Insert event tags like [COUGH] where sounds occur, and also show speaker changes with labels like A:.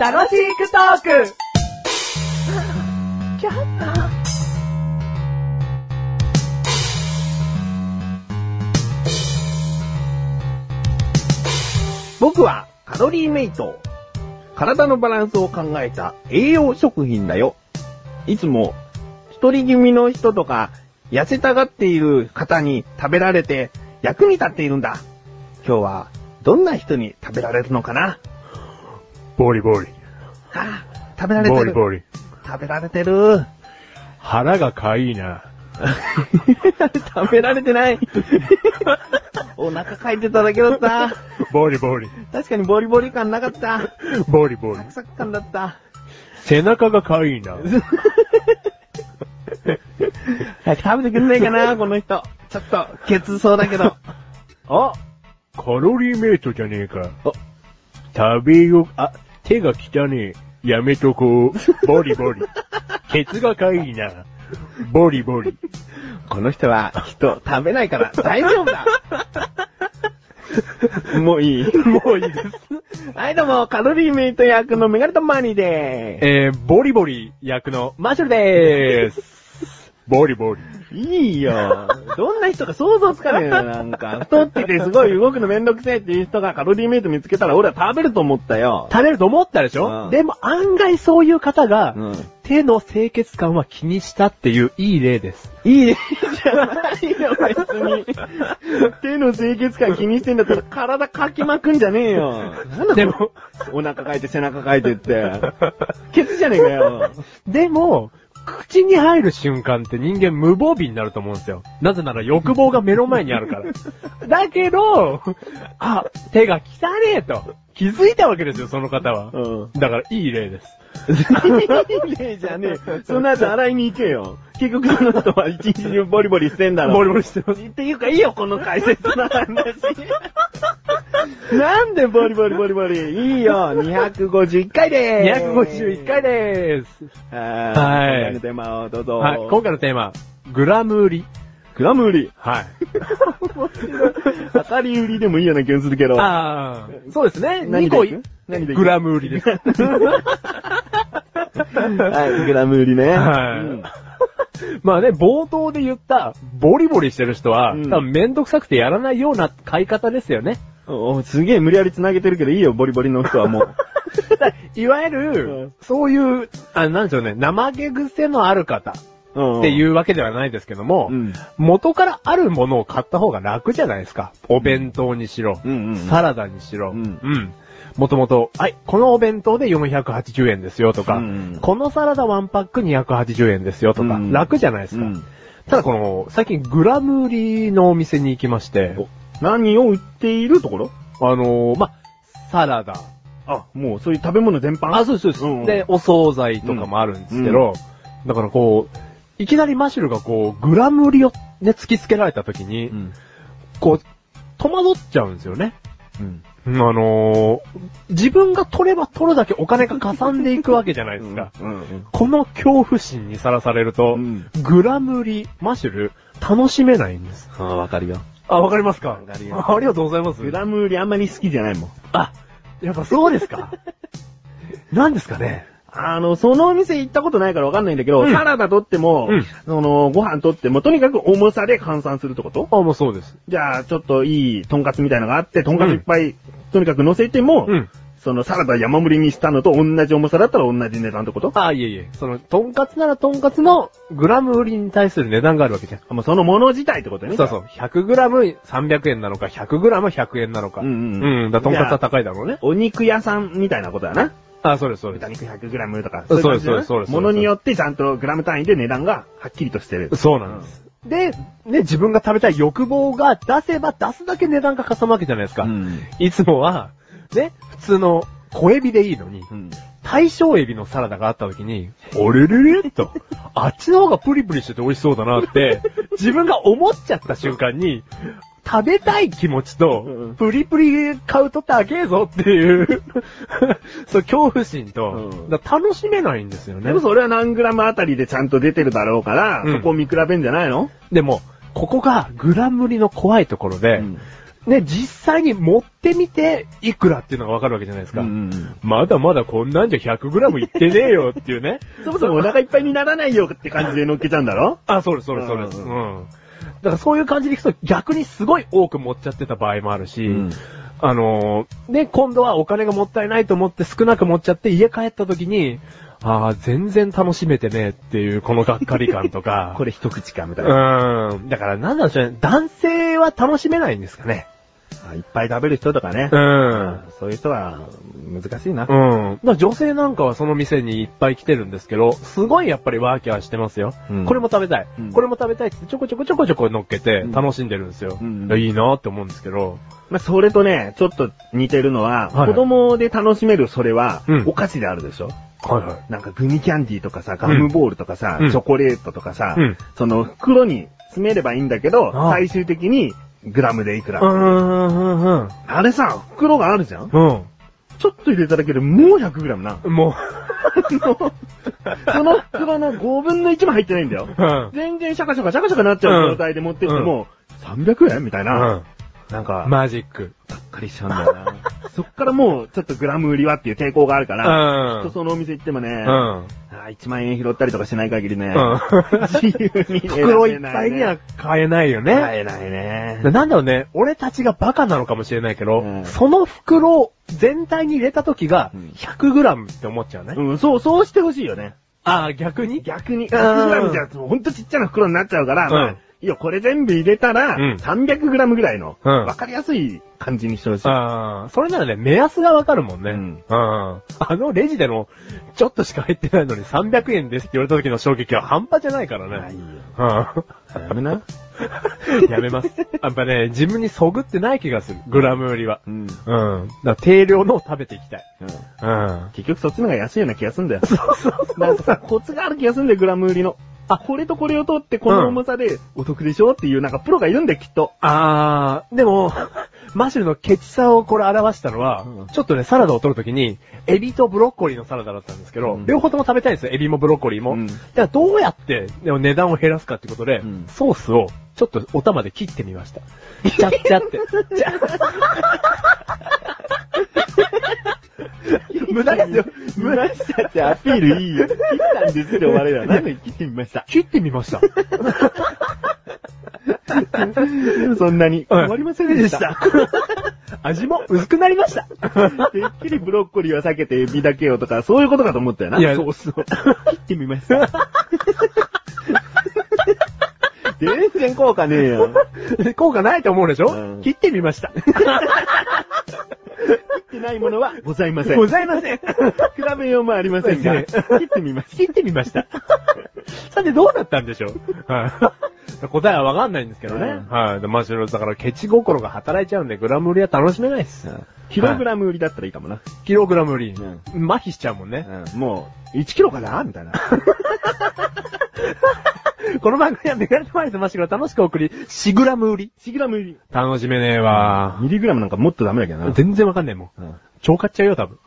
A: 楽しくトーク
B: 僕はカロリーメイト。体のバランスを考えた栄養食品だよ。いつも、一人気味の人とか、痩せたがっている方に食べられて役に立っているんだ。今日は、どんな人に食べられるのかな
C: ボリボリ。
B: あー、食べられてる。
C: ボリボリ。
B: 食べられてる。 [LAUGHS]
C: 腹がかいいな。
B: 食べられてない。お腹かいてただけだった。
C: ボリボリ。
B: 確かにボリボリ感なかった。
C: ボリボリ
B: サ。クサク感だった。
C: 背中がかいいな。
B: はい、食べてくんないかな、この人。ちょっと、ケツそうだけど。 [LAUGHS] お
C: カロリーメイトじゃねえか。
B: お
C: 食べよ、あ、手が汚ねえ。やめとこう。ボリボリ。ケツがかいいな。ボリボリ。
B: この人は、きっと食べないから大丈夫だ [LAUGHS] もういい。もういいです。はい、どうも、カロリーメイト役のメガネとマーニーで
D: えー、ボリボリ役の
B: す。マッシュルでー
D: です。
C: ボリボリ。
B: す。いいよ。どんな人か想像つかねえよ、なんか。太っててすごい動くのめんどくせえっていう人がカロリーメイト見つけたら俺は食べると思ったよ。
D: 食べると思ったでしょ、
B: うん
D: でも案外そういう方が、
B: うん。
D: 手の清潔感は気にしたっていういい例です。
B: いいじゃないよ、別に。手の清潔感気にしてんだったら体かきまくんじゃねえよ。なんだ
D: でも、
B: [LAUGHS] お腹かいて背中かいてって。 [LAUGHS] ケツじゃねえかよ。
D: でも、口に入る瞬間って人間無防備になると思うんですよ。なぜなら欲望が目の前にある
B: [LAUGHS]
D: から。だけど、あ、手が汚ねえと気づいたわけですよ、その方は。
B: うん。
D: だからいい例です。
B: いいねじゃねえ。その後洗いに行けよ。結局その後は一日中ボリボリしてんだろ。
D: ボリボリしてます。
B: っていうかいいよ、この解説の話。 [LAUGHS] なんでボリボリボリボリ。いいよ、251回でーす。
D: 251回でーす。
B: は
D: はい
B: い。今回のテーマをどうぞ。
D: はい、今回のテーマ、グラム売り。
B: グラム売り。
D: はい。
B: [LAUGHS] 当たり売りでもいいような気がするけど。
D: ああ、そうですね。
B: 何
D: 2
B: で
D: 個
B: いく何でいく
D: グラム売
B: [LAUGHS]
D: りです。
B: はい、グラム売りね。
D: はい
B: うん
D: まあね、冒頭で言った、ボリボリしてる人は、
B: うん
D: 多分めんどくさくてやらないような買い方ですよね。
B: おすげえ無理やり繋げてるけどいいよ、ボリボリの人はもう。
D: いわゆ
B: うん
D: る、そういう、あ、なんでしょうね、怠け癖のある方 [LAUGHS] っ
B: うん。
D: ていううわけではないですけども、
B: うん。
D: 元からあるものを買った方が楽じゃないですか。お弁当にしろ、
B: うんうん。
D: サラダにしろ、
B: う
D: うんん。もともと、はい、このお弁当で480円ですよとか、
B: うん
D: このサラダワンパック280円ですよとか、
B: うん
D: 楽じゃないですか。
B: うん
D: ただこの、最近グラム売りのお店に行きまして、
B: お何を売っているところ
D: あのー、ま、サラダ。
B: あ、もうそういう食べ物全般
D: あ、そうです、そうです、
B: うんうん
D: で、お惣菜とかもあるんですけど、だからこう、いきなりマシュルがこう、グラム売りをね、突きつけられた時に、
B: うん。
D: こう、戸惑っちゃうんですよね。
B: うん。
D: あのー、自分が取れば取るだけお金がかさんでいくわけじゃないですか。
B: うん。
D: この恐怖心にさらされると、
B: うん
D: グラム売り、マシュル、楽しめないんです。
B: あわかるよ。
D: あ、わかりますか
B: かるよ
D: あありがとうございます。
B: グラム売りあんまり好きじゃないもん。
D: あ、やっぱそうです [LAUGHS] かなんですかね
B: あの、そのお店行ったことないからわかんないんだけど、
D: うん
B: サラダ取っても、
D: うん
B: その、ご飯取っても、とにかく重さで換算するってこと
D: あ、もうそうです。
B: じゃあ、ちょっといい、とんかつみたいのがあって、とんかついっぱい、とにかく乗せても、
D: うん。
B: そのサラダ山盛りにしたのと同じ重さだったら同じ値段ってこと
D: あ、いえいえ。その、とんかつならとんかつのグラム売りに対する値段があるわけじゃん。
B: あもうそのもの自体ってことね。
D: そうそう。100グラム300円なのか、100グラム100円なのか。
B: うんうん
D: うん。だ、とんかつは高いだろうね。
B: お肉屋さんみたいなことだな。
D: あ、そうです、そうで
B: 豚
D: す。
B: 肉 100g とか。
D: そうです
B: い感じだな
D: そうですそうです
B: ものによってちゃんとグラム単位で値段がはっきりとしてる。
D: そうなんです。で、ね、自分が食べたい欲望が出せば出すだけ値段がかさむわけじゃないですか。
B: うん
D: いつもは、ね、普通の小エビでいいのに、
B: うん。
D: 大正エビのサラダがあった時に、あれれれっと、あっちの方がプリプリしてて美味しそうだなって、自分が思っちゃった瞬間に、食べたい気持ち
B: う
D: と
B: ん、
D: プリプリ買うと高えぞっていう、 [LAUGHS] そう、恐怖心と、
B: うん
D: だから楽しめないんですよ
B: で
D: ね
B: も。それは何 g あたりでちゃんと出てるだろうから、
D: うん
B: そこを見比べんじゃないの
D: でも、ここがグラム売りの怖いところで、ね、実際に持ってみて、いくらっていうのがわかるわけじゃないですか。
B: ん。
D: まだまだこんなんじゃ 100g いってねえよっていうね。
B: [LAUGHS] そもそもお腹いっぱいにならないよって感じで乗っけちゃうんだろ
D: あ、そうです、そうです、そうです。
B: う
D: うんん。だからそういう感じでいくと逆にすごい多く持っちゃってた場合もあるし、
B: うん
D: あのー、で、今度はお金がもったいないと思って少なく持っちゃって家帰った時に、ああ、全然楽しめてねえっていうこのがっかり感と [LAUGHS] か。
B: れ一口か、み
D: う。ん。だからなんなんでしょうね。男性は楽しめないんですかね。
B: あいっぱい食べる人とかね
D: う。ん。
B: そういう人は難しいな。
D: うん。だから女性なんかはその店にいっぱい来てるんですけど、すごいやっぱりワーキャーしてますよ。
B: うん
D: これも食べたい、
B: うん
D: これも食べたいってちょこちょこちょこちょこ乗っけて
B: うん
D: 楽しんでるんですよ。
B: うん
D: いやいいなって思うんですけど。
B: まあ、それとね、ちょっと似てるのは、
D: はいはい
B: 子供で楽しめるそれは
D: うん、
B: お菓子であるでしょ、
D: はいはい。
B: なんかグミキャンディーとかさ、ガムボールとかさ、
D: うん
B: チョコレートとかさ、
D: うん
B: その袋に詰めればいいんだけど、
D: ああ
B: 最終的にグラムでいくら。
D: うん、うん、うん、
B: あれさ、袋があるじゃん
D: うん。
B: ちょっと入れただけでもう100グラム [LAUGHS] な。
D: うん。も
B: その袋の5分の1も入ってないんだよ。
D: う、うん。
B: 全然シャカシャカシャカシャカなっちゃう状態で持ってっても、300円みたいな。なんか、
D: マジック。
B: がっかりしちゃうんだよな。 [LAUGHS] そっからもう、ちょっとグラム売りはっていう抵抗があるか
D: う
B: ら、きっ
D: ん
B: と。そのお店行ってもね、
D: う
B: あ
D: ん。
B: ー1万円拾ったりとかしない限りね、
D: うん。
B: 自由に選べなね
D: 袋いっぱいには買えないよね。
B: 買えないね。
D: なんだろうね、俺たちがバカなのかもしれないけど、
B: うん
D: その袋全体に入れた時が
B: うん
D: 100g って思っちゃうね。
B: うん、そう、そうしてほしいよね。
D: ああ、逆に
B: 逆に、100グラムじゃ、ほんとちっちゃな袋になっちゃうから、
D: うん
B: まあ、いいよ、これ全部入れたら、
D: うん
B: 300グラムぐらいの、
D: うん
B: わかりやすい感じにしてほしい。
D: ああ、それならね、目安がわかるもんね。
B: う
D: うんん。あのレジでの、ちょっとしか入ってないのに300円ですって言われた時の衝撃は半端じゃないから
B: まあい
D: ね。
B: いよ
D: う
B: やめな。
D: ん。や
B: [LAUGHS]
D: めます。やっぱね、自分にそぐってない気がする。グラムよりは。
B: うん。
D: うん。だから定量のを食べていきたい。うん。
B: 結局そっちの方が安いような気がすんだよ。 [LAUGHS] そうそうなんかさ、コツがある気がすんだよ、グラム売りの。あ、これとこれを取って、この重さでお得でしょっていう、なんかプロがいるんだよ、きっと。
D: あー、でも、 [LAUGHS] マシュルのケチさをこれ表したのは、
B: うん
D: ちょっとね、サラダを取るときに、エビとブロッコリーのサラダだったんですけど、
B: うん
D: 両方とも食べたいんですよ、エビもブロッコリーも。
B: うん
D: だからどうやって、でも値段を減らすかってことで、
B: うん
D: ソースを、ちょっとお玉で切ってみました。ちゃっちゃ
B: [LAUGHS]
D: って。ちゃ無駄ですよ。無駄ですよ。
B: じゃあアピールいいよ。切ったんですよ、終わりだ。なんで切ってみました。
D: 切ってみました。
B: そんなに。
D: うん
B: 終わりませんでした。
D: 味も薄くなりました。
B: てっきりブロッコリーは避けてエビだけよとか、そういうことかと思ったよな。
D: いや
B: そうそう。切ってみま [LAUGHS] した。全然効果ねえよ。切
D: 効果ないと思うでしょ、
B: うん
D: 切ってみました。
B: ってないものはございません。
D: ご
B: 比
D: ざいません。
B: べようもありませんが、
D: ね
B: 切ってみました。
D: 切ってみま
B: [LAUGHS]
D: した。さてどうなったんでしょうはい。答えはわかんないんですけどね。
B: うん
D: はい。でマシュルだからケチ心が働いちゃうんで、グラム売りは楽しめないっす。
B: キログラム売りだったらいいかもな。
D: キログラム売り。
B: うん
D: 麻痺しちゃうもんね。
B: もう、1キロかなみたいな。
D: [LAUGHS] この番組はメガネとマリとマシュルが楽しく送り、4グラム売り。
B: 1グラム入り。
D: 楽しめねえわ
B: ミリグラムなんかもっとダメだけどな。
D: 全然わかんないもん。
B: うん
D: 超買っちゃうよ、多分。